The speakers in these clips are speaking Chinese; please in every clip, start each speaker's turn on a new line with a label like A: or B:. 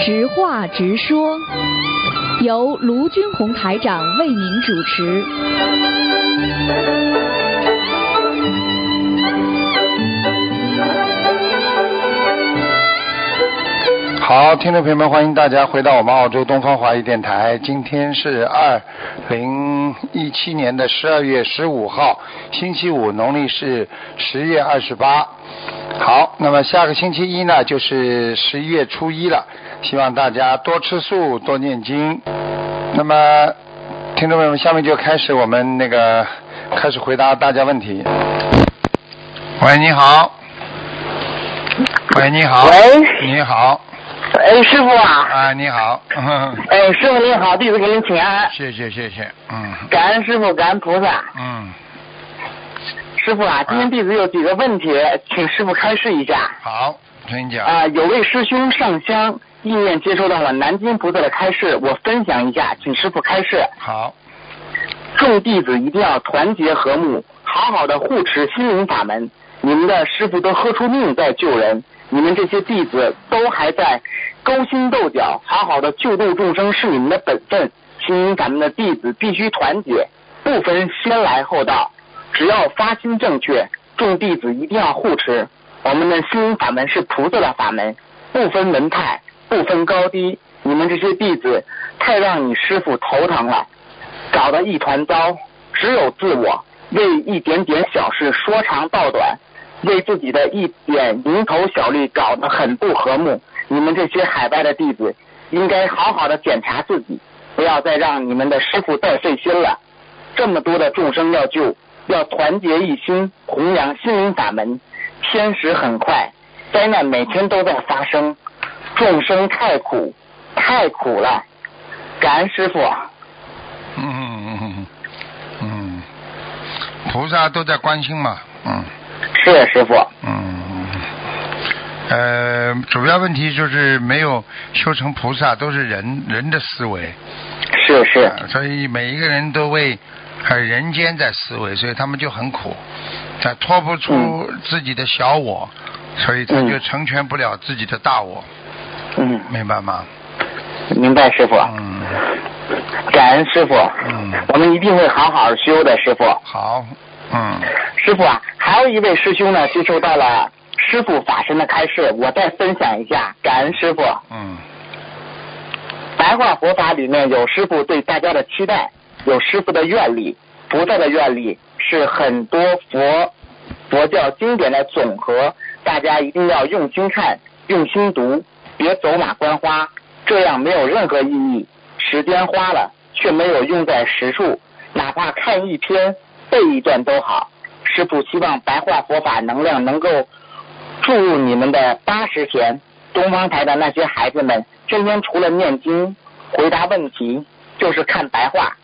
A: 直话直说，由卢军红台长为您主持。
B: 好，听众朋友们，欢迎大家回到我们澳洲东方华语电台。今天是二零一七年的十二月十五号，星期五，农历是十月二十八。好，那么下个星期一呢，就是十一月初一了，希望大家多吃素，多念经。那么，听众朋友们，下面就开始我们那个开始回答大家问题。喂，你好。喂，你好。
C: 喂
B: 你好。
C: 哎，师傅啊，
B: 啊，你好，
C: 哎，师傅您好，弟子给您请安，
B: 谢谢谢谢，嗯
C: 感恩师傅，感恩菩萨。
B: 嗯，
C: 师傅啊，今天弟子有几个问题，请师傅开示一下。
B: 好，请讲，
C: 啊、有位师兄上香意念接收到了南京菩萨的开示，我分享一下，请师傅开示。
B: 好，
C: 众弟子一定要团结和睦，好好的护持心灵法门。你们的师傅都喝出命在救人，你们这些弟子都还在勾心斗角，好好的救度众生是你们的本分。心灵法门的弟子必须团结，不分先来后到，只要发心正确，众弟子一定要护持。我们的心灵法门是菩萨的法门，不分门派，不分高低。你们这些弟子太让你师傅头疼了。搞得一团糟，只有自我为一点点小事说长道短，为自己的一点蝇头小利搞得很不和睦。你们这些海外的弟子，应该好好的检查自己，不要再让你们的师傅再费心了。这么多的众生要救，要团结一心，弘扬心灵法门。天时很快，灾难每天都在发生，众生太苦，太苦了。感恩师傅。啊
B: 嗯嗯嗯嗯，菩萨都在关心嘛，嗯
C: 是师傅。
B: 嗯，呃，主要问题就是没有修成菩萨，都是人人的思维，
C: 是是
B: 呃所以每一个人都为呃人间在思维，所以他们就很苦，他脱不出自己的小我，所以他就
C: 嗯
B: 成全不了自己的大我，
C: 嗯，
B: 明白吗？
C: 明白师傅，
B: 嗯，
C: 感恩师傅，
B: 嗯
C: 我们一定会好好修的，师傅。
B: 好，嗯。
C: 师傅啊，还有一位师兄呢，接受到了师傅法身的开示，我再分享一下，感恩师傅。
B: 嗯
C: 白话佛法里面有师傅对大家的期待，有师傅的愿力，菩萨的愿力是很多佛佛教经典的总和，大家一定要用心看，用心读，别走马观花，这样没有任何意义。时间花了，却没有用在实处，哪怕看一篇背一段都好。师傅希望白话佛法能量能够注入你们的八十天，东方台的那些孩子们，天天除了念经、回答问题，就是看白话。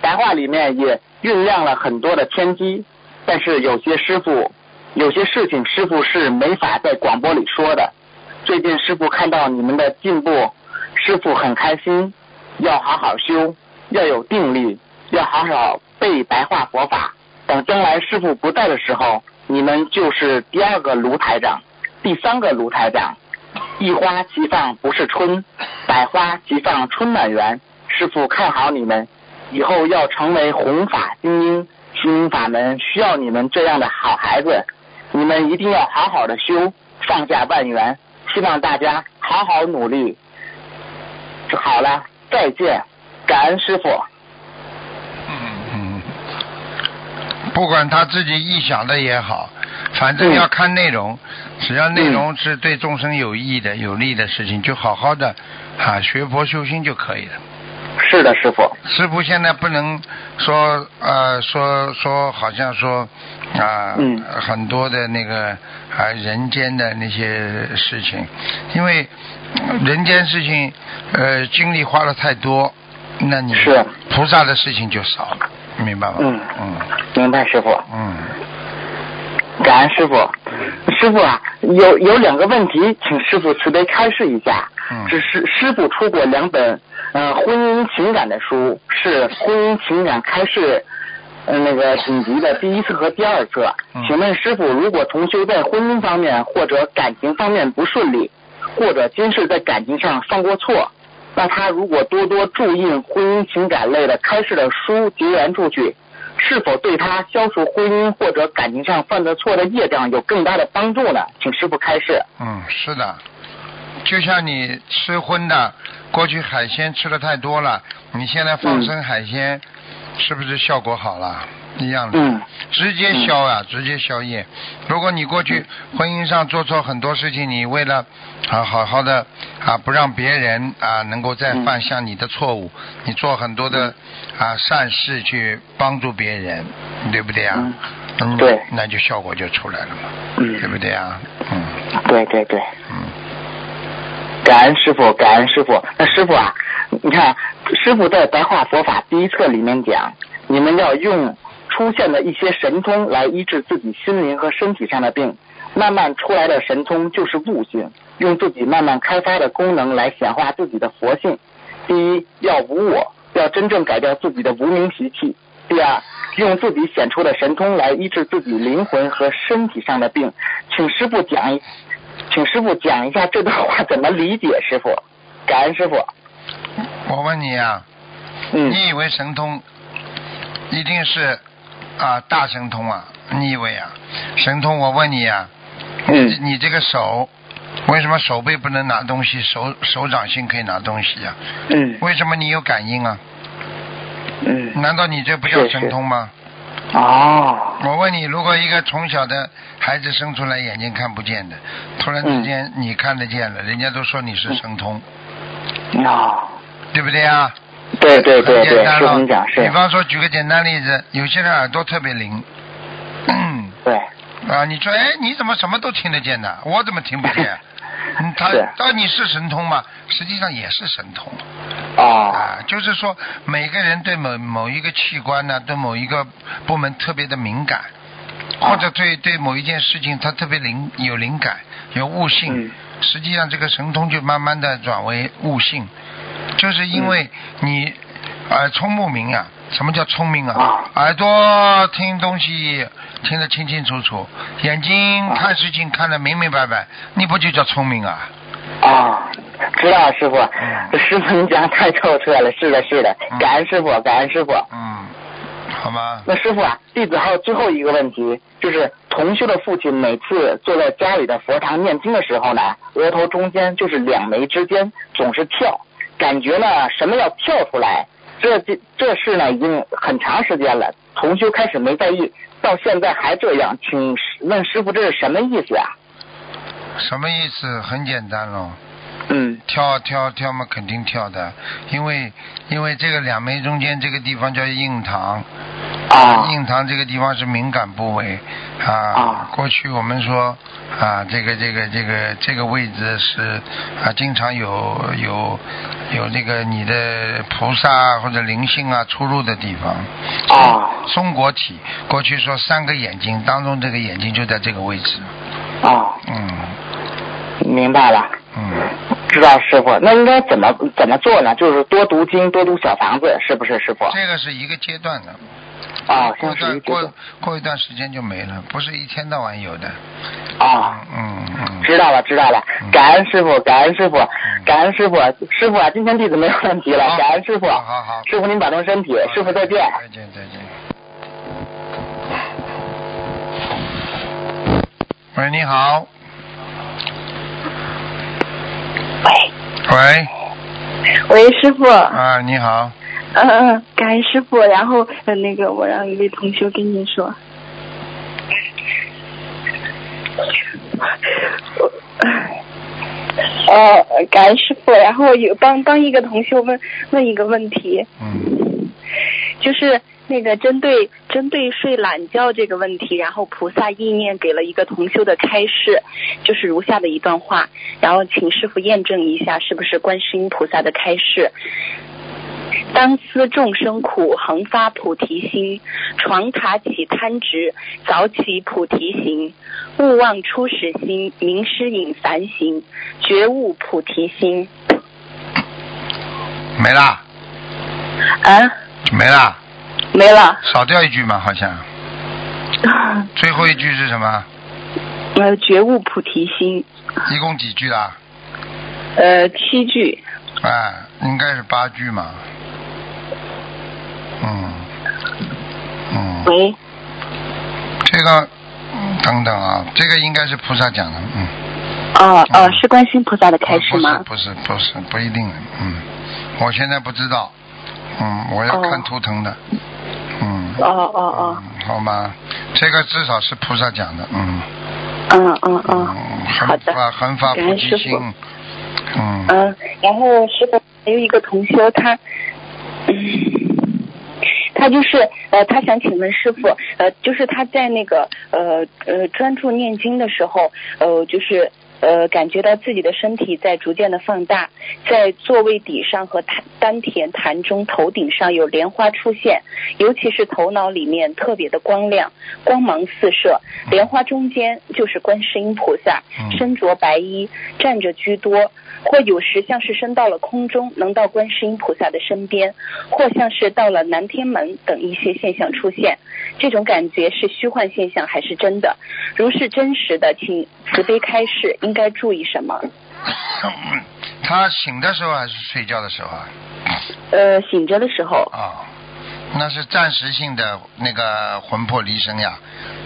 C: 白话里面也酝酿了很多的天机，但是有些师傅，有些事情师傅是没法在广播里说的。最近师傅看到你们的进步，师傅很开心，要好好修，要有定力，要好好背白话佛法。等将来师傅不在的时候，你们就是第二个卢台长，第三个卢台长。一花齐放不是春，百花齐放春满园。师傅看好你们，以后要成为弘法精英，心灵法门需要你们这样的好孩子。你们一定要好好的修，放下万缘，希望大家好好努力。好了，再见，感恩师傅。
B: 嗯，不管他自己臆想的也好，反正要看内容，只要内容是对众生有益的、有利的事情，就好好的啊学佛修心就可以了。
C: 是的，师傅。
B: 师傅现在不能说呃说说好像说啊、
C: 嗯
B: 很多的那个啊、人间的那些事情，因为呃人间事情呃精力花了太多，那你
C: 是啊
B: 菩萨的事情就少，明白吗？
C: 嗯
B: 嗯
C: 明白，师傅。
B: 嗯，
C: 感恩师傅，师傅啊，有有两个问题，请师傅慈悲开示一下。
B: 嗯
C: 只是师傅出过两本，呃，婚姻情感的书，是《婚姻情感开示》呃那个紧急的第一册和第二册
B: 嗯。
C: 请问师傅，如果同修在婚姻方面或者感情方面不顺利，或者今世在感情上犯过错，那他如果多多注印婚姻情感类的开示的书结缘出去，是否对他消除婚姻或者感情上犯的错的业障有更大的帮助呢？请师傅开示。
B: 嗯，是的，就像你吃荤的，过去海鲜吃的太多了，你现在放生海鲜，是不是效果好了？一样的，
C: 嗯
B: 直接消啊，直接消业。如果你过去
C: 嗯
B: 婚姻上做错很多事情，你为了啊好好的啊不让别人啊能够再犯下你的错误，你做很多
C: 嗯
B: 的啊善事去帮助别人，对不对啊？
C: 嗯
B: 嗯
C: 对
B: 那就效果就出来了嘛，
C: 嗯
B: 对不对啊？嗯
C: 对对对。
B: 嗯。
C: 嗯感恩师傅，感恩师傅。那师傅啊，你看师傅在《白话佛法》第一册里面讲，你们要用出现的一些神通来医治自己心灵和身体上的病，慢慢出来的神通就是悟性，用自己慢慢开发的功能来显化自己的佛性。第一，要无我，要真正改掉自己的无名习气；第二，用自己显出的神通来医治自己灵魂和身体上的病。请师傅讲一请师傅讲一下这段话怎么理解，师傅。 感恩师傅。
B: 我问你啊，
C: 嗯
B: 你以为神通一定是啊大神通啊？你以为啊？神通，我问你啊，你
C: 嗯
B: 你这个手为什么手背不能拿东西，手手掌心可以拿东西啊？
C: 嗯
B: 为什么你有感应啊？
C: 嗯。
B: 难道你这不叫
C: 是是
B: 神通吗？
C: 哦。
B: 我问你，如果一个从小的孩子生出来眼睛看不见的，突然
C: 嗯
B: 之间你看得见了，人家都说你是神通，
C: 哦。
B: 对不对啊？
C: 对对对
B: 很简
C: 对，
B: 单
C: 师
B: 了
C: 傅你讲是
B: 比，方说，举个简单例子，有些人耳朵特别灵， 嗯
C: 对
B: 啊，你说，哎，你怎么什么都听得见呢？我怎么听不 见？嗯，他
C: 是
B: 到你是神通嘛，实际上也是神通
C: 哦
B: 啊，就是说每个人对某某一个器官呢、对某一个部门特别的敏感，
C: 啊
B: 或者对对某一件事情他特别灵有灵感有悟性
C: 嗯，
B: 实际上这个神通就慢慢的转为悟性，就是因为
C: 嗯
B: 你耳聪目明啊。什么叫聪明啊
C: 啊？
B: 耳朵听东西听得清清楚楚，眼睛
C: 啊
B: 看事情看得明明白白，你不就叫聪明啊？
C: 哦，知道了师傅，
B: 嗯
C: 师傅你讲得太透彻了，是的是的
B: 嗯，
C: 感恩师傅，感恩师傅。
B: 嗯，好吗？
C: 那师傅啊，弟子还有最后一个问题，就是同修的父亲每次坐在家里的佛堂念经的时候呢，额头中间就是两眉之间总是跳，感觉呢什么要跳出来。这这这事呢已经很长时间了，同修开始没在意，到现在还这样，请师问师傅这是什么意思啊？
B: 什么意思？很简单喽，
C: 嗯，
B: 跳跳跳嘛，肯定跳的，因为因为这个两眉中间这个地方叫印堂，
C: 啊，
B: 印堂这个地方是敏感部位啊。
C: 啊
B: 过去我们说啊，这个这个这个这个位置是啊，经常有有有那个你的菩萨或者灵性啊出入的地方。
C: 啊
B: 松果体，过去说三个眼睛当中，这个眼睛就在这个位置。
C: 啊，
B: 嗯
C: 明白了。
B: 嗯。
C: 知道师傅，那应该怎么怎么做呢？就是多读经，多读小房子，是不是师傅？
B: 这个是一个阶段的，
C: 啊，
B: 过
C: 像
B: 一
C: 是
B: 段
C: 一阶段
B: 过过一段时间就没了，不是一天到晚有的。
C: 啊，
B: 嗯嗯
C: 知道了，知道了
B: 嗯，
C: 感恩师傅，感恩师傅，感恩师傅，师傅啊，今天弟子没有问题了
B: 好，
C: 感恩师傅，
B: 好好好
C: 师傅您保重身体
B: 嗯，，
C: 师傅再见。
B: 再见再见。喂，你好。喂。
D: 喂，师傅，
B: 喂，啊，你好，
D: 嗯嗯，感恩师傅。然后，呃，那个，我让一位同学跟您说，呃，感恩师傅。然后有帮帮一个同学问问一个问题，
B: 嗯，
D: 就是那个针对针对睡懒觉这个问题，然后菩萨意念给了一个同修的开示，就是如下的一段话，然后请师傅验证一下是不是观世音菩萨的开示。当思众生苦，恒发菩提心；床塔起贪执，早起菩提行；勿忘初始心，明师引凡行；觉悟菩提心。
B: 没啦，
D: 啊，
B: 没啦，
D: 没了。
B: 少掉一句嘛，好像最后一句是什么？
D: 呃，觉悟菩提心。
B: 一共几句啦？
D: 呃，七句。
B: 哎，应该是八句嘛。嗯，嗯，
D: 喂，
B: 这个嗯等等啊，这个应该是菩萨讲的，嗯。
D: 哦
B: 嗯
D: 哦，是观世音菩萨的开示吗？
B: 不是不是不是不一定，嗯，我现在不知道，嗯，我要
D: 哦
B: 看图腾的，嗯，
D: 哦哦哦，
B: 嗯好吗？这个至少是菩萨讲的，嗯，
D: 嗯嗯嗯，好
B: 很
D: 的。
B: 发很发
D: 感
B: 菩
D: 恩
B: 提
D: 师
B: 心
D: 父，
B: 嗯，
D: 嗯，然后师傅还有一个同修，他， 嗯，他就是呃，他想请问师傅，呃，就是他在那个呃呃专注念经的时候，呃，就是呃感觉到自己的身体在逐渐的放大，在座位底上和丹丹田坛中头顶上有莲花出现，尤其是头脑里面特别的光亮，光芒四射，莲花中间就是观世音菩萨，
B: 嗯
D: 身着白衣，站着居多，或有时像是升到了空中，能到观世音菩萨的身边，或像是到了南天门等一些现象出现。这种感觉是虚幻现象还是真的？如是真实的，请慈悲开示，应该注意什么？嗯
B: 他醒的时候还是睡觉的时候啊？
D: 呃，醒着的时候，
B: 啊、那是暂时性的那个魂魄离身呀，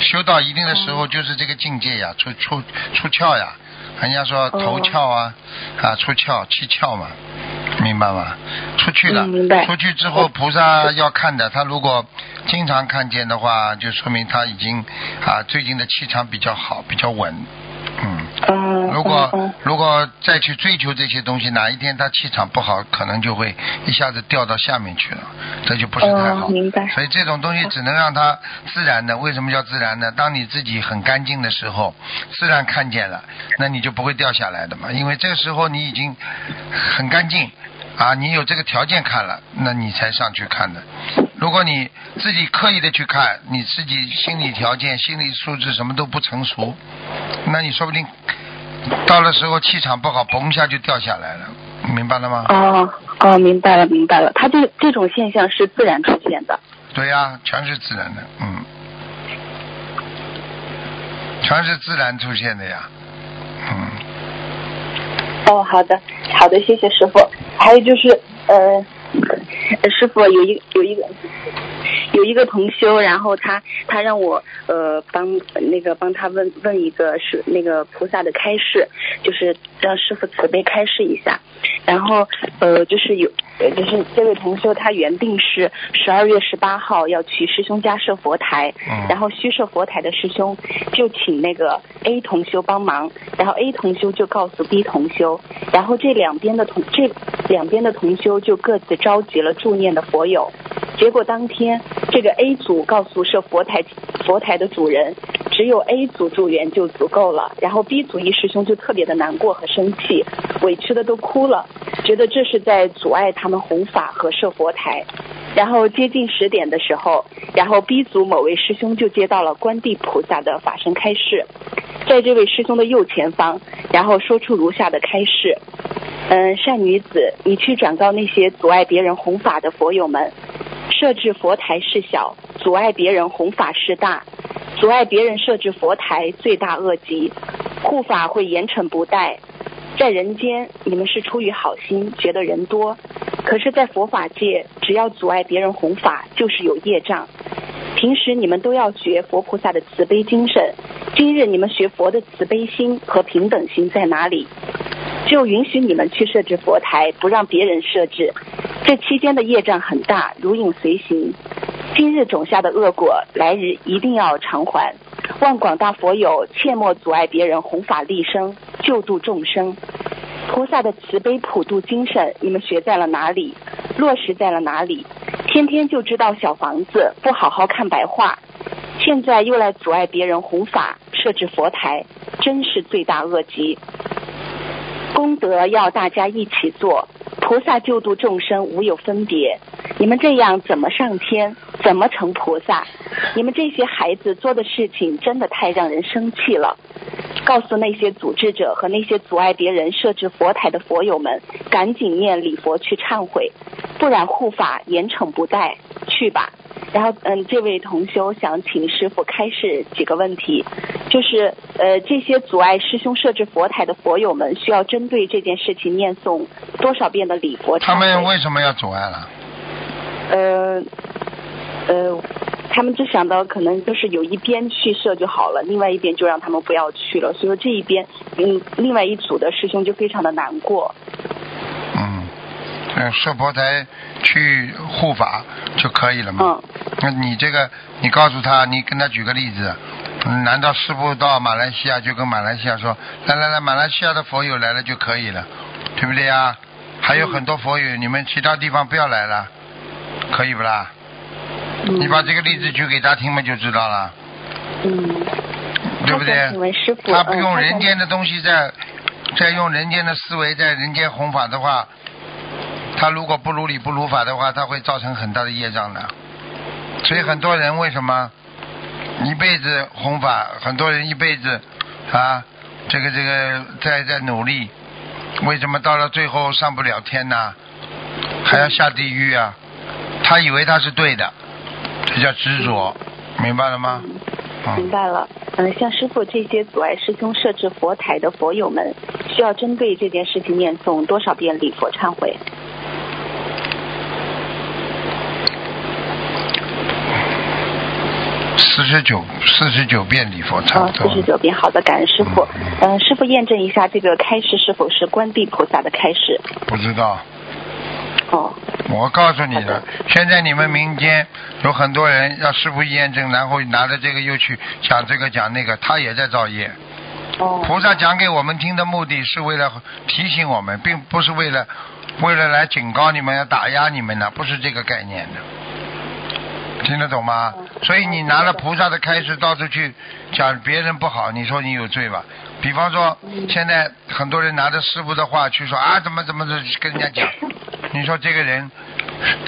B: 修到一定的时
D: 哦
B: 候就是这个境界呀，出出出窍呀。人家
D: 哦
B: 说头窍啊，啊出窍七窍嘛，明白吗？出去了，
D: 嗯明白
B: 出去之后菩萨要看的，他如果经常看见的话，就说明他已经啊最近的气场比较好，比较稳，嗯。
D: 嗯、
B: 如
D: 嗯
B: 果如果再去追求这些东西，哪一天他气场不好，可能就会一下子掉到下面去了，这就不是太好。
D: 哦明白
B: 所以这种东西只能让它自然的。为什么叫自然呢？当你自己很干净的时候，自然看见了，那你就不会掉下来的嘛。因为这个时候你已经很干净。啊，你有这个条件看了，那你才上去看的。如果你自己刻意的去看，你自己心理条件、心理素质什么都不成熟，那你说不定到了时候气场不好，嘣一下就掉下来了，明白了吗？
D: 哦哦，明白了明白了，他这这种现象是自然出现的。
B: 对呀、全是自然的，嗯，全是自然出现的呀，嗯，
D: 哦，好的，好的，谢谢师傅。还有就是，呃，呃师傅有一有一个有一个同修，然后他他让我呃帮那个帮他问问一个是那个菩萨的开示，就是让师傅慈悲开示一下。然后呃，就是有，呃就是这位同修他原定是十二月十八号要去师兄家设佛台，
B: 嗯
D: 然后虚设佛台的师兄就请那个 A 同修帮忙，然后 A 同修就告诉 B 同修，然后这两边的同这两边的同修就各自召集了助念的佛友，结果当天这个 A 组告诉设佛台佛台的主人，只有 A 组助缘就足够了，然后 B 组一师兄就特别的难过和生气，委屈的都哭了，觉得这是在阻碍他们弘法和设佛台。然后接近十点的时候，然后 B 组某位师兄就接到了观地菩萨的法身开示，在这位师兄的右前方，然后说出如下的开示：嗯，善女子，你去转告那些阻碍别人弘法的佛友们，设置佛台事小，阻碍别人弘法事大，阻碍别人设置佛台罪大恶极，护法会严惩不贷。在人间，你们是出于好心，觉得人多，可是，在佛法界，只要阻碍别人弘法，就是有业障。平时你们都要学佛菩萨的慈悲精神，今日你们学佛的慈悲心和平等心在哪里？就允许你们去设置佛台，不让别人设置。这期间的业障很大，如影随形。今日种下的恶果，来日一定要偿还。望广大佛友切莫阻碍别人弘法利生，救度众生。菩萨的慈悲普度精神，你们学在了哪里？落实在了哪里？天天就知道小房子，不好好看白话，现在又来阻碍别人弘法，设置佛台，真是罪大恶极。功德要大家一起做，菩萨救度众生无有分别。你们这样怎么上天？怎么成菩萨？你们这些孩子做的事情真的太让人生气了。告诉那些组织者和那些阻碍别人设置佛台的佛友们，赶紧念礼佛去忏悔，不然护法严惩不贷。去吧，然后嗯，这位同修想请师傅开示几个问题，就是呃，这些阻碍师兄设置佛台的佛友们，需要针对这件事情念诵多少遍的礼佛忏悔？
B: 他们为什么要阻碍了？
D: 呃呃，他们只想到可能就是有一边去设就好了，另外一边就让他们不要去了。所以说这一边，嗯，另外一组的师兄就非常的难过。
B: 嗯，嗯，设佛台去护法就可以了嘛。
D: 嗯，
B: 那你这个，你告诉他，你跟他举个例子，嗯难道师傅到马来西亚就跟马来西亚说，来来来，马来西亚的佛友来了就可以了，对不对呀？还有很多佛友，你们其他地方不要来了，可以不啦？
D: 嗯
B: 你把这个例子举给他听嘛，就知道了，
D: 嗯，
B: 对不对？
D: 他想请问师傅，
B: 他
D: 嗯
B: 不用
D: 他想
B: 人间的东西在，在用人间的思维在人间弘法的话，他如果不如理不如法的话，他会造成很大的业障的。所以很多人为什么一辈子弘法，很多人一辈子啊，这个这个在在努力，为什么到了最后上不了天呐、还要下地狱啊？他以为他是对的，这叫执着，明白了吗？
D: 明
B: 嗯，
D: 白了，嗯，像师傅这些阻碍师兄设置佛台的佛友们，需要针对这件事情念诵多少遍礼佛忏悔？
B: 四十九四十九遍礼佛差
D: 啊
B: 不，多
D: 四
B: 了。
D: 十九遍。好的，感恩师傅。嗯，师傅验证一下这个开示是否是观地菩萨的开示？
B: 不知道，
D: 哦，
B: 我告诉你
D: 好
B: 的
D: 的，
B: 现在你们民间有很多人要师傅一验证，然后拿着这个又去讲这个讲那个，他也在造业。
D: 哦，
B: 菩萨讲给我们听的目的是为了提醒我们，并不是为了为了来警告你们、要打压你们的，不是这个概念的。听得懂吗？所以你拿了菩萨的开示到处去讲别人不好，你说你有罪吧？比方说，现在很多人拿着师傅的话去说啊，怎么怎么的跟人家讲，你说这个人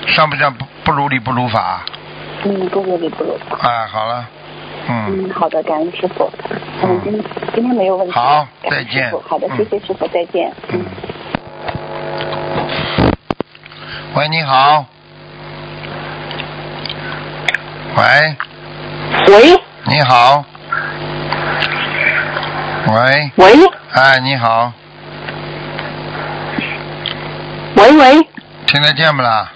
B: 上不上不不如理不如法啊
D: 嗯，不不不不不，
B: 啊？好了，
D: 嗯，好的，感恩师傅。嗯，今今天没有问题。
B: 好
D: 感恩
B: 再见
D: 师傅好的，谢谢师傅，再见。
B: 嗯。喂，你好。喂，
E: 喂
B: 你好。喂，
E: 喂
B: 哎，你好，
E: 喂喂，
B: 听得见不啦？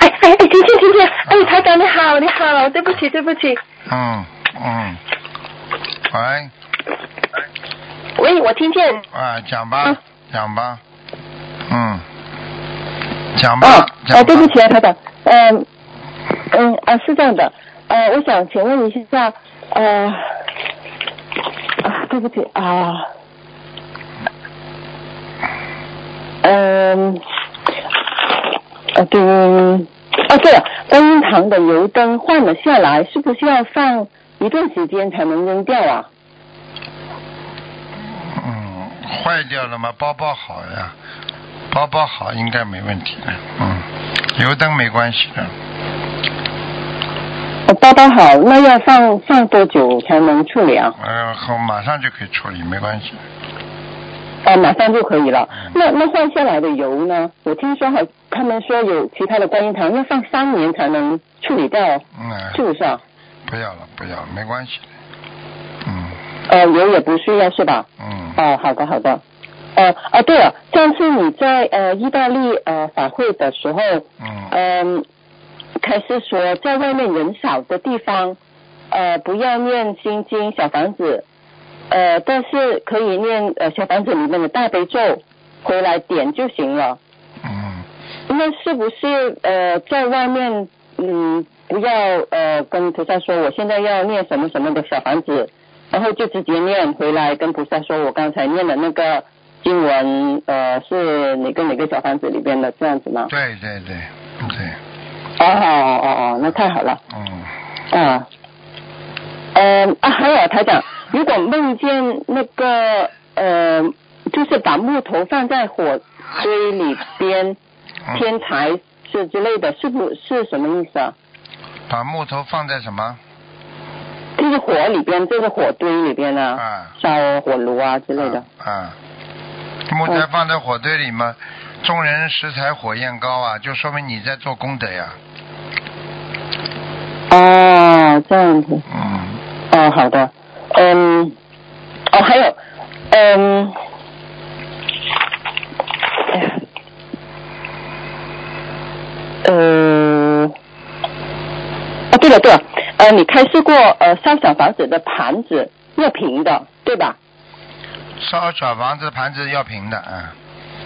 E: 哎哎哎，听见听见，哎台长你好你好，对不起对不起，
B: 嗯嗯。喂，
E: 喂我听见，
B: 啊，讲吧
E: 嗯，
B: 讲吧，嗯，讲吧
E: 哦，
B: 讲吧
E: 啊对不起啊台长，嗯嗯啊是这样的，呃我想请问一下，呃啊对不起啊，嗯呃对哦对了，观音堂的油灯换了下来，是不是要放一段时间才能扔掉啊？
B: 嗯，坏掉了吗？包包好呀，包包好应该没问题的。嗯，油灯没关系的。
E: 我哦包包好，那要放放多久才能处理啊？
B: 呃，后马上就可以处理，没关系。
E: 啊，马上就可以了。那那换下来的油呢？我听说还他们说有其他的观音堂要放三年才能处理掉，
B: 嗯，哎
E: 是不是啊？
B: 不要了，不要了，没关系的。嗯
E: 呃，油也不需要是吧？
B: 嗯，
E: 哦，好的好的。呃啊，对了，上次你在呃意大利呃法会的时候，
B: 嗯
E: 嗯、开始说在外面人少的地方，呃，不要念心经小房子，呃，但是可以念呃小房子里面的大悲咒，回来点就行了。
B: 嗯，
E: 那是不是呃在外面嗯不要呃跟菩萨说我现在要念什么什么的小房子，然后就直接念回来跟菩萨说我刚才念的那个经文呃是哪个哪个小房子里边的这样子吗？
B: 对对对对，
E: 哦哦哦哦，那太好了。
B: 嗯
E: 啊，嗯啊，还有台长，如果梦见那个呃，就是把木头放在火堆里边，
B: 嗯，
E: 添柴是之类的，是不是什么意思啊？
B: 把木头放在什么？
E: 就是火里边，就是火堆里边啊，
B: 啊
E: 烧火炉啊之类的。
B: 啊，木材放在火堆里嘛，众人拾柴火焰高啊，就说明你在做功德呀。啊
E: 哦，这样子。
B: 嗯，
E: 哦，好的，嗯，哦，还有，嗯，哎呀呃，啊，对了对了，呃，你开设过呃三小房子的盘子热平的，对吧？
B: 烧小房子盘子要平的，嗯，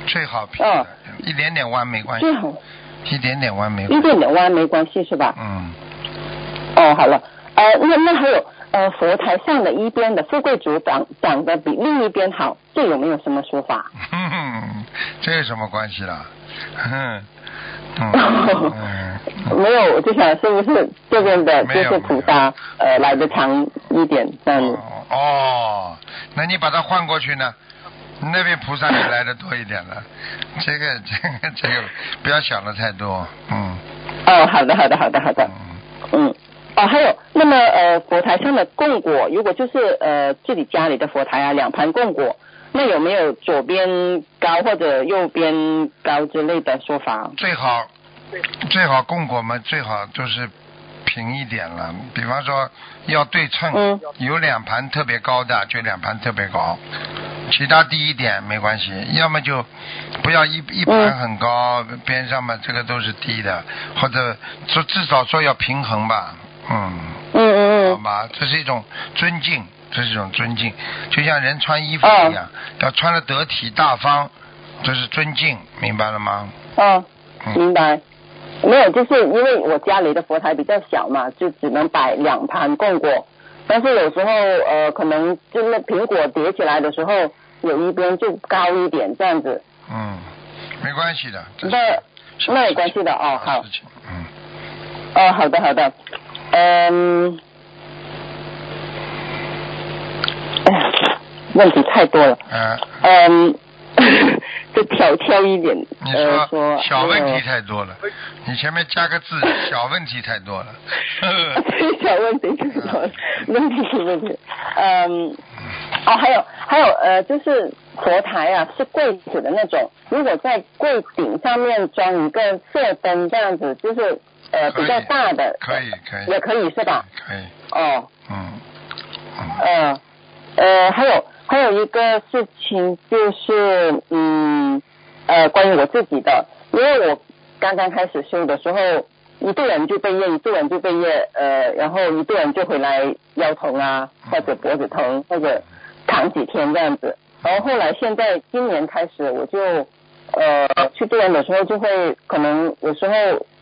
B: 最好平的，
E: 哦
B: 一点点弯没关系
E: 最，好
B: 一点点弯没
E: 一
B: 关系。
E: 点点弯没关系是吧？
B: 嗯，
E: 哦，好了，呃，那那还有呃佛台上的一边的富贵竹长长得比另一边好，这有没有什么说法？
B: 哼哼，这有什么关系啦？ 哼，嗯嗯嗯，
E: 没有，我就想是不是这边的就
B: 没有
E: 是菩萨呃来的长一点这样子？
B: 哦哦，那你把它换过去呢？那边菩萨就来的多一点了，这个这个这个不要想的太多，嗯
E: 哦，好的，好的，好的，好的，
B: 嗯。
E: 嗯。哦，还有，那么呃，佛台上的供果，如果就是呃自己家里的佛台啊，两盘供果，那有没有左边高或者右边高之类的说法？
B: 最好最好供果嘛，最好就是平一点了。比方说要对称，
E: 嗯
B: 有两盘特别高的就两盘特别高，其他低一点没关系。要么就不要一一盘
E: 嗯
B: 很高，边上嘛这个都是低的，或者说至少说要平衡吧，嗯。
E: 嗯嗯
B: 好
E: 嗯，
B: 吧，这是一种尊敬，这是一种尊敬，就像人穿衣服一样，
E: 嗯
B: 要穿的得体大方，这是尊敬，明白了吗？
E: 哦，
B: 嗯
E: 明白。没有，就是因为我家里的佛台比较小嘛，就只能摆两盘供果。但是有时候呃，可能就那苹果叠起来的时候，有一边就高一点这样子。
B: 嗯，没关系的。这是
E: 那
B: 小
E: 那
B: 事
E: 有关系的
B: 情
E: 哦，
B: 小
E: 好
B: 事，情嗯，
E: 哦，好的好的，嗯，哎呀，问题太多了，
B: 呃，
E: 嗯， 就挑挑一点，
B: 你
E: 呃，说呃
B: 小问题
E: 还有
B: 太多了，你前面加个字，小问题太多了。
E: 小问题，问题问题， 嗯，哦，还有还有呃，就是佛台啊，是柜子的那种，如果在柜顶上面装一个射灯这样子，就是呃
B: 可以
E: 比较大的，
B: 可以可以
E: 也可以是吧？
B: 可以，
E: 哦，
B: 嗯，嗯，
E: 嗯、呃，还有还有一个事情就是嗯呃，关于我自己的，因为我刚刚开始修的时候，一度人就被业，一度人就被业，呃，然后一度人就回来腰疼啊，或者脖子疼，或者躺几天这样子。然后后来现在今年开始，我就呃去度人的时候就会可能有时候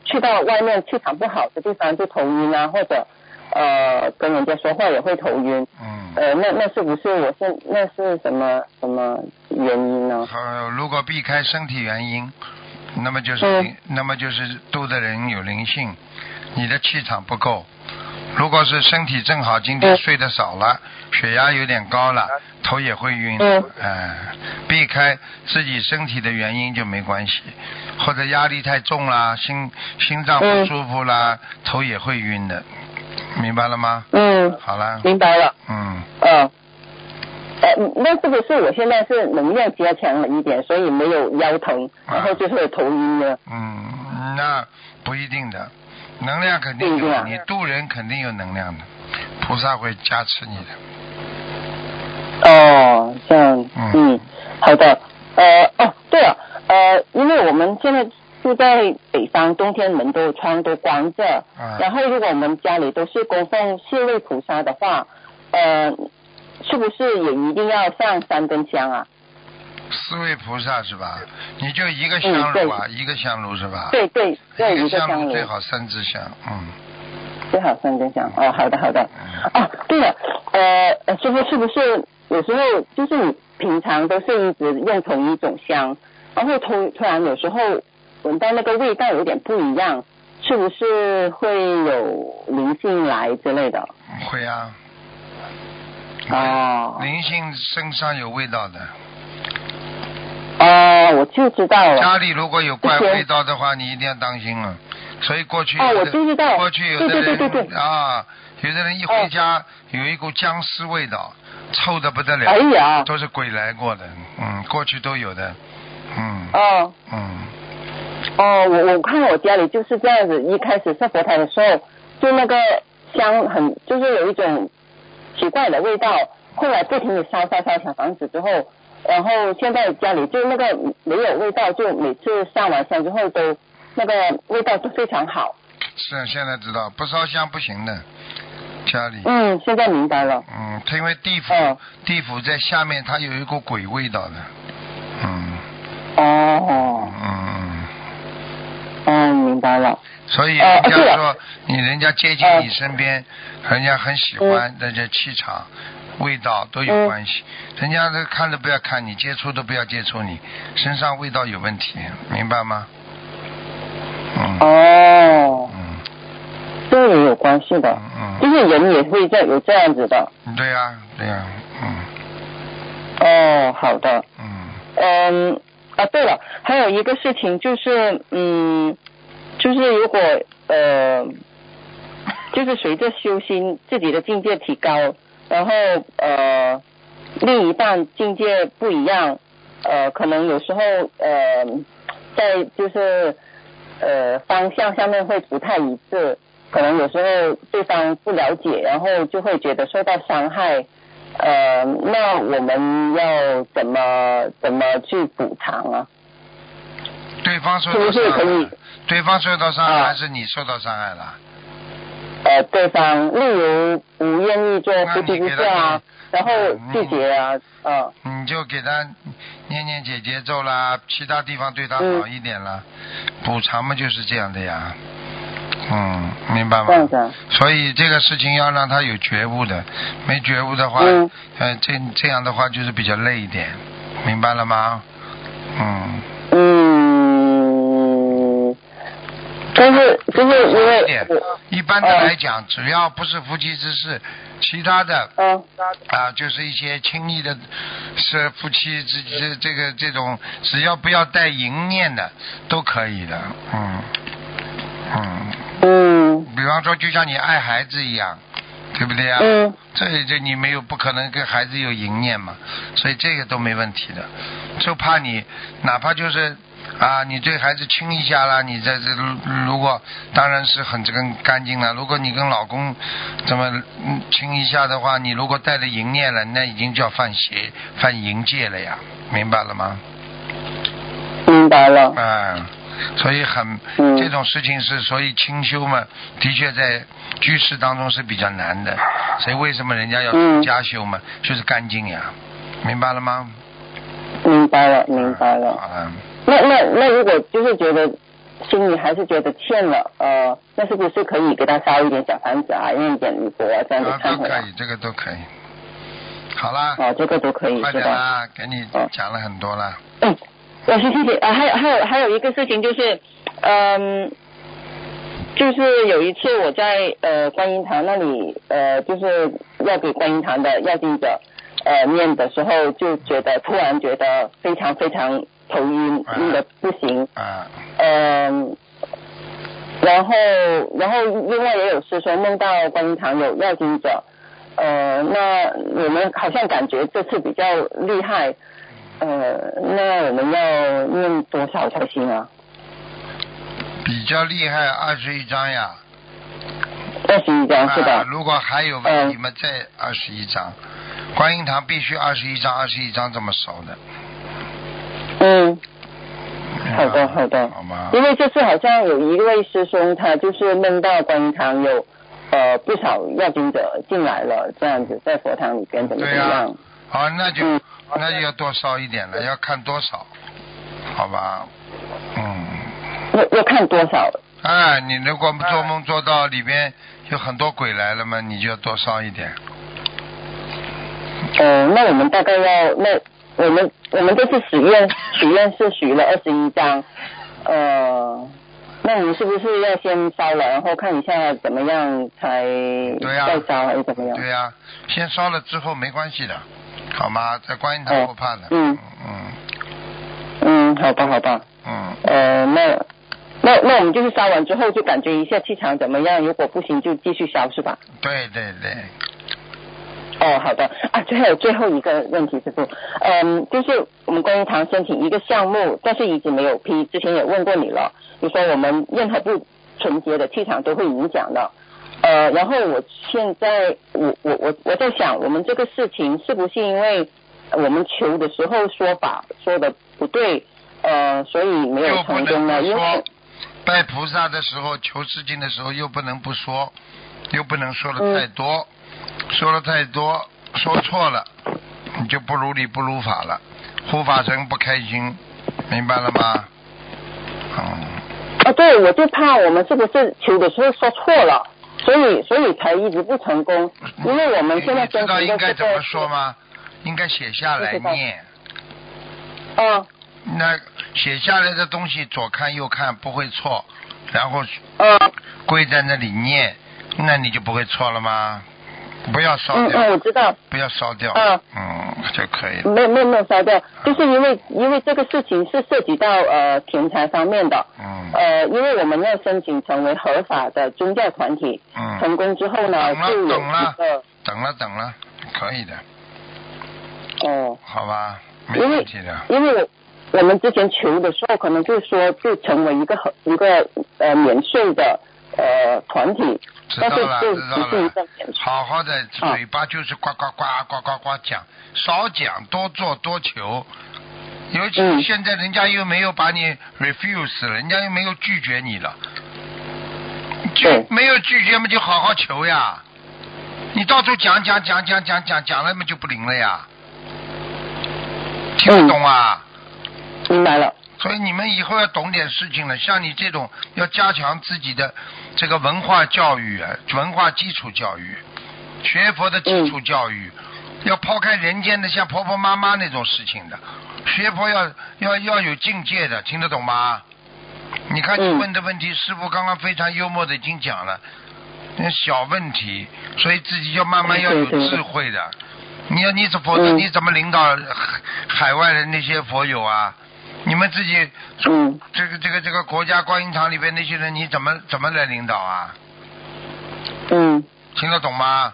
E: 去到外面气场不好的地方就头晕啊，或者呃跟人家说话也会头晕。
B: 嗯，
E: 呃，那那是不是我是那是什么什么原因呢？
B: 好，如果避开身体原因，那么就是
E: 嗯
B: 灵，那么就是度的人有灵性，你的气场不够。如果是身体正好，今天
E: 嗯
B: 睡得少了，血压有点高了，头也会晕，哎、
E: 嗯
B: 避开自己身体的原因就没关系，或者压力太重啦，心心脏不
E: 嗯
B: 舒服啦，头也会晕的，明白了吗？
E: 嗯，
B: 好了，
E: 明白了。
B: 嗯，
E: 嗯，呃，那是不是我现在是能量加强了一点，所以没有腰疼，
B: 啊
E: 然后就是有头晕呢？
B: 嗯，那不一定的，能量肯定
E: 不一定
B: 有，
E: 啊
B: 你渡人肯定有能量的，菩萨会加持你的。
E: 哦，这样，
B: 嗯
E: 嗯，好的，呃，哦，对了，呃，因为我们现在住在北方，冬天门都窗都关着，
B: 嗯
E: 然后如果我们家里都是供奉四位菩萨的话，呃，是不是也一定要上三根香啊？
B: 四位菩萨是吧？你就一个香炉啊，一个香炉是吧？
E: 嗯对对对，
B: 一
E: 一
B: 个
E: 个香
B: 炉
E: 炉
B: 最好三支香，嗯，
E: 最好三根香。哦，好的好的。哦，对了，呃，呃师傅是不是有时候就是你平常都是一直用同一种香，然后突突然有时候闻到那个味道有点不一样，是不是会有灵性来之类的？
B: 会啊。嗯
E: 哦
B: 灵性身上有味道的，
E: 哦，我就知道了。
B: 家里如果有怪味道的话，你一定要当心了。所以过去有的
E: 哦我就知道
B: 过去有的人
E: 对对对对对哦
B: 啊，有的人一回家、有一股僵尸味道，臭的不得了，
E: 哎呀，
B: 都是鬼来过的，嗯，过去都有的，嗯
E: 哦。
B: 嗯
E: 哦，我我看我家里就是这样子，一开始设佛台的时候，就那个香很，就是有一种奇怪的味道。后来不停的烧烧烧小房子之后，然后现在家里就那个没有味道，就每次上完香之后都那个味道都非常好。
B: 是现在知道不烧香不行的，家里。
E: 嗯，现在明白了。
B: 嗯，它因为地府、
E: 哦
B: 地府在下面，它有一股鬼味道的。嗯
E: 哦，
B: 嗯，
E: 嗯，明白了。
B: 所以
E: 呃
B: 人家
E: 对了
B: 说、你人家接近
E: 呃
B: 你身边，人家很喜欢，人家气场、味道都有
E: 嗯
B: 关系。人家都看都不要看你，接触都不要接触你，身上味道有问题，明白吗？嗯、
E: 啊哦，
B: 嗯
E: 这也有关系的，
B: 嗯
E: 就是人也会这有这样子的。
B: 嗯，对呀、对呀、嗯
E: 哦，好的。
B: 嗯，
E: 嗯，啊，对了，还有一个事情就是，嗯，就是如果呃，就是随着修心，自己的境界提高，然后呃，另一半境界不一样，呃，可能有时候呃，在就是呃方向上面会不太一致，可能有时候对方不了解，然后就会觉得受到伤害。呃，那我们要怎么怎么去补偿啊？
B: 嗯对方受
E: 是
B: 到
E: 不是
B: 伤害
E: 可以
B: 了，对方受到伤害、
E: 啊
B: 还是你受到伤害了？
E: 呃，对方例如不愿意做
B: 那
E: 夫
B: 你
E: 妻
B: 给他
E: 不
B: 嗯
E: 是啊，然后拒绝啊，嗯，
B: 你就给他念念姐姐咒啦，其他地方对他好一点啦，
E: 嗯
B: 补偿嘛就是这样的呀。嗯，明白
E: 这样
B: 吗
E: 子？啊，
B: 所以这个事情要让他有觉悟的，没觉悟的话，
E: 嗯
B: 呃，这这样的话就是比较累一点，明白了吗？嗯，
E: 嗯，但是就是因
B: 少一
E: 为
B: 点
E: 我，。
B: 一般的
E: 嗯
B: 来讲，只要不是夫妻之事，其他的
E: 嗯
B: 啊，就是一些轻易的，是夫妻之这这个这种，只要不要带淫念的，都可以的，嗯，嗯，
E: 嗯
B: 比方说就像你爱孩子一样，对不对啊呀、
E: 嗯
B: 这这你没有不可能跟孩子有淫念嘛，所以这个都没问题的，就怕你哪怕就是啊，你对孩子亲一下啦，你在这如果当然是很这个干净了，如果你跟老公怎么嗯亲一下的话，你如果带着淫念了，那已经叫犯邪犯淫戒了呀，明白了吗？
E: 明白了，
B: 嗯，所以很
E: 嗯
B: 这种事情是，所以清修嘛，的确在居士当中是比较难的。所以为什么人家要
E: 嗯
B: 加修嘛，就是干净呀，明白了吗？
E: 明白了，明白
B: 嗯
E: 了。
B: 好了，
E: 那那那如果就是觉得心里还是觉得欠了，呃，那是不是可以给他烧一点小房子啊，念一点礼佛啊，这样子
B: 啊，
E: 忏
B: 都
E: 悔
B: 可
E: 啊？
B: 以，这个都可以。好啦，
E: 哦，这个都可以
B: 快
E: 是
B: 点啊
E: 吧？
B: 啦，给你
E: 嗯
B: 讲了很多了。
E: 嗯，老师谢谢啊，还有还有还有一个事情就是，嗯，就是有一次我在呃观音堂那里呃就是要给观音堂的要经者呃念的时候，就觉得突然觉得非常非常头晕，
B: 哎
E: 晕的不行，
B: 啊，
E: 嗯，然后然后另外也有师兄梦到观音堂有药精者，呃，那我们好像感觉这次比较厉害，呃，那我们要念多少才行啊？
B: 比较厉害，二十一张呀。
E: 二十一张嗯是嗯
B: 啊
E: 吧？
B: 如果还有问题嘛，再二十一张。观音堂必须二十一张，二十一张这么熟的。
E: 嗯，
B: 明白
E: 好
B: 吗
E: 的好的
B: 好吗？
E: 因为这次好像有一位师兄他就是梦到观音堂有呃不少药精者进来了，这样子在佛堂里边怎么怎
B: 对啊
E: 么
B: 呀、
E: 样？
B: 好，那就、
E: 嗯
B: 那就要多烧一点了，要看多少，好吧？嗯，
E: 要要看多少？
B: 哎，你如果做梦做到里边有很多鬼来了嘛，你就要多烧一点。
E: 呃，那我们大概要那我们我们这次许愿许愿是许了二十一张，呃，那我们是不是要先烧了，然后看一下怎么样才
B: 对呀
E: 再烧还是怎么样？
B: 对啊呀、先烧了之后没关系的，好吗？在观音堂
E: 哦
B: 不怕的。
E: 嗯
B: 嗯
E: 嗯，好吧好吧，
B: 嗯
E: 呃，那那那我们就是烧完之后就感觉一下气场怎么样，如果不行就继续烧是吧？
B: 嗯，对对对，
E: 哦，好的啊，最后最后一个问题，师傅，嗯，就是我们关于堂申请一个项目，但是一直没有批，之前也问过你了，你说我们任何不纯洁的气场都会影响的，呃，然后我现在我我我我在想，我们这个事情是不是因为我们求的时候说法说的不对，呃，所以没有
B: 又不
E: 成
B: 能
E: 功呢？
B: 不
E: 因为
B: 说，拜菩萨的时候求事情的时候又不能不说，又不能说的太多，
E: 嗯
B: 说了太多说错了，你就不如理不如法了，护法神不开心，明白了吗？嗯，
E: 啊，对，我就怕我们是不是求的时候说错了，所以所以才一直不成功，因为我们现在
B: 你知
E: 跟
B: 道
E: 随
B: 应
E: 的
B: 该
E: 这
B: 怎么
E: 个
B: 说吗？应该写下来
E: 不知道
B: 念，
E: 啊
B: 那写下来的东西左看右看不会错，然后
E: 啊
B: 跪在那里念，那你就不会错了吗？不要烧
E: 嗯
B: 掉，
E: 嗯，我知道。
B: 不要烧掉，
E: 嗯
B: 嗯就可以了。
E: 没有没有没有烧掉，就是因为因为这个事情是涉及到呃钱财方面的，
B: 嗯
E: 呃，因为我们要申请成为合法的宗教团体，
B: 嗯，
E: 成功之后呢
B: 懂了
E: 就有
B: 懂了
E: 一个
B: 等了等了，可以的，
E: 哦，
B: 好吧，没
E: 因
B: 问
E: 为
B: 题的。
E: 因为我我们之前求的时候，可能就说就成为一个合一个呃免税的呃团体，
B: 知道
E: 但是
B: 了，
E: 就
B: 知道
E: 只是一
B: 了
E: 个免。税，
B: 好好的，
E: 嗯
B: 嘴巴就是呱呱呱呱呱呱讲，少讲多做多求。尤其
E: 嗯
B: 现在人家又没有把你 refuse 了，人家又没有拒绝你了，就
E: 对
B: 没有拒绝嘛，就好好求呀。你到处讲讲讲讲讲讲讲了嘛，就不灵了呀。听不
E: 嗯
B: 懂啊？
E: 明白了，
B: 所以你们以后要懂点事情了，像你这种要加强自己的这个文化教育啊，文化基础教育，学佛的基础教育，要抛开人间的像婆婆妈妈那种事情的，学佛要要要有境界的，听得懂吗？你看你
E: 嗯
B: 问的问题，师傅刚刚非常幽默的已经讲了，那小问题，所以自己要慢慢
E: 嗯
B: 要有
E: 对对
B: 智慧的。你要你怎否则
E: 嗯
B: 你怎么领导海海外的那些佛友啊？你们自己
E: 嗯
B: 这个这个这个国家观音堂里边那些人，你怎么怎么来领导啊？
E: 嗯
B: 听得懂吗？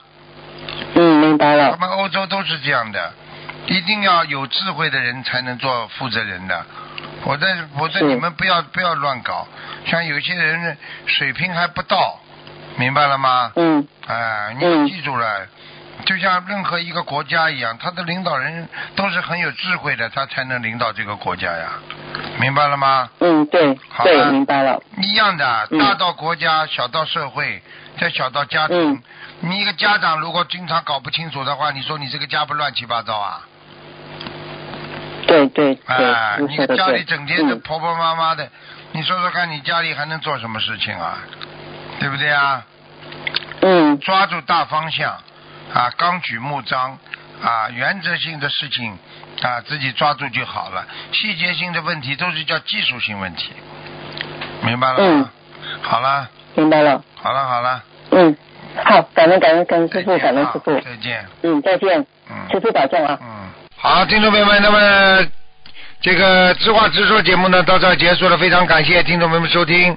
E: 嗯，明白
B: 他
E: 了，
B: 们欧洲都是这样的，一定要有智慧的人才能做负责人的。我在我在
E: 是
B: 你们不要不要乱搞，像有些人水平还不到，明白了吗？
E: 嗯
B: 哎，你要
E: 嗯
B: 记住了，就像任何一个国家一样，他的领导人都是很有智慧的，他才能领导这个国家呀，明白了吗？
E: 嗯，对
B: 好吧
E: 对，明白了，
B: 一样的，
E: 嗯
B: 大到国家，小到社会，再小到家庭。
E: 嗯
B: 你一个家长如果经常搞不清楚的话，你说你这个家不乱七八糟啊？
E: 对对
B: 哎
E: 对，，你
B: 你
E: 说的
B: 家里
E: 对，
B: 整天是
E: 嗯
B: 婆婆妈妈的，你说说看你家里还能做什么事情啊？对不对啊？
E: 嗯
B: 抓住大方向啊，纲举目张啊，原则性的事情啊，自己抓住就好了。细节性的问题都是叫技术性问题，明白了吗？
E: 嗯
B: 好了，
E: 明白了。
B: 好了，好了，
E: 嗯，好，感恩感恩感恩师傅，
B: 再
E: 感
B: 见
E: 恩
B: 啊
E: 师傅。
B: 再见，
E: 嗯，再见，
B: 嗯。
E: 师傅保重啊。
B: 嗯，好，听众朋友们，那么这个直话直说节目呢，到这儿结束了，非常感谢听众朋友们收听。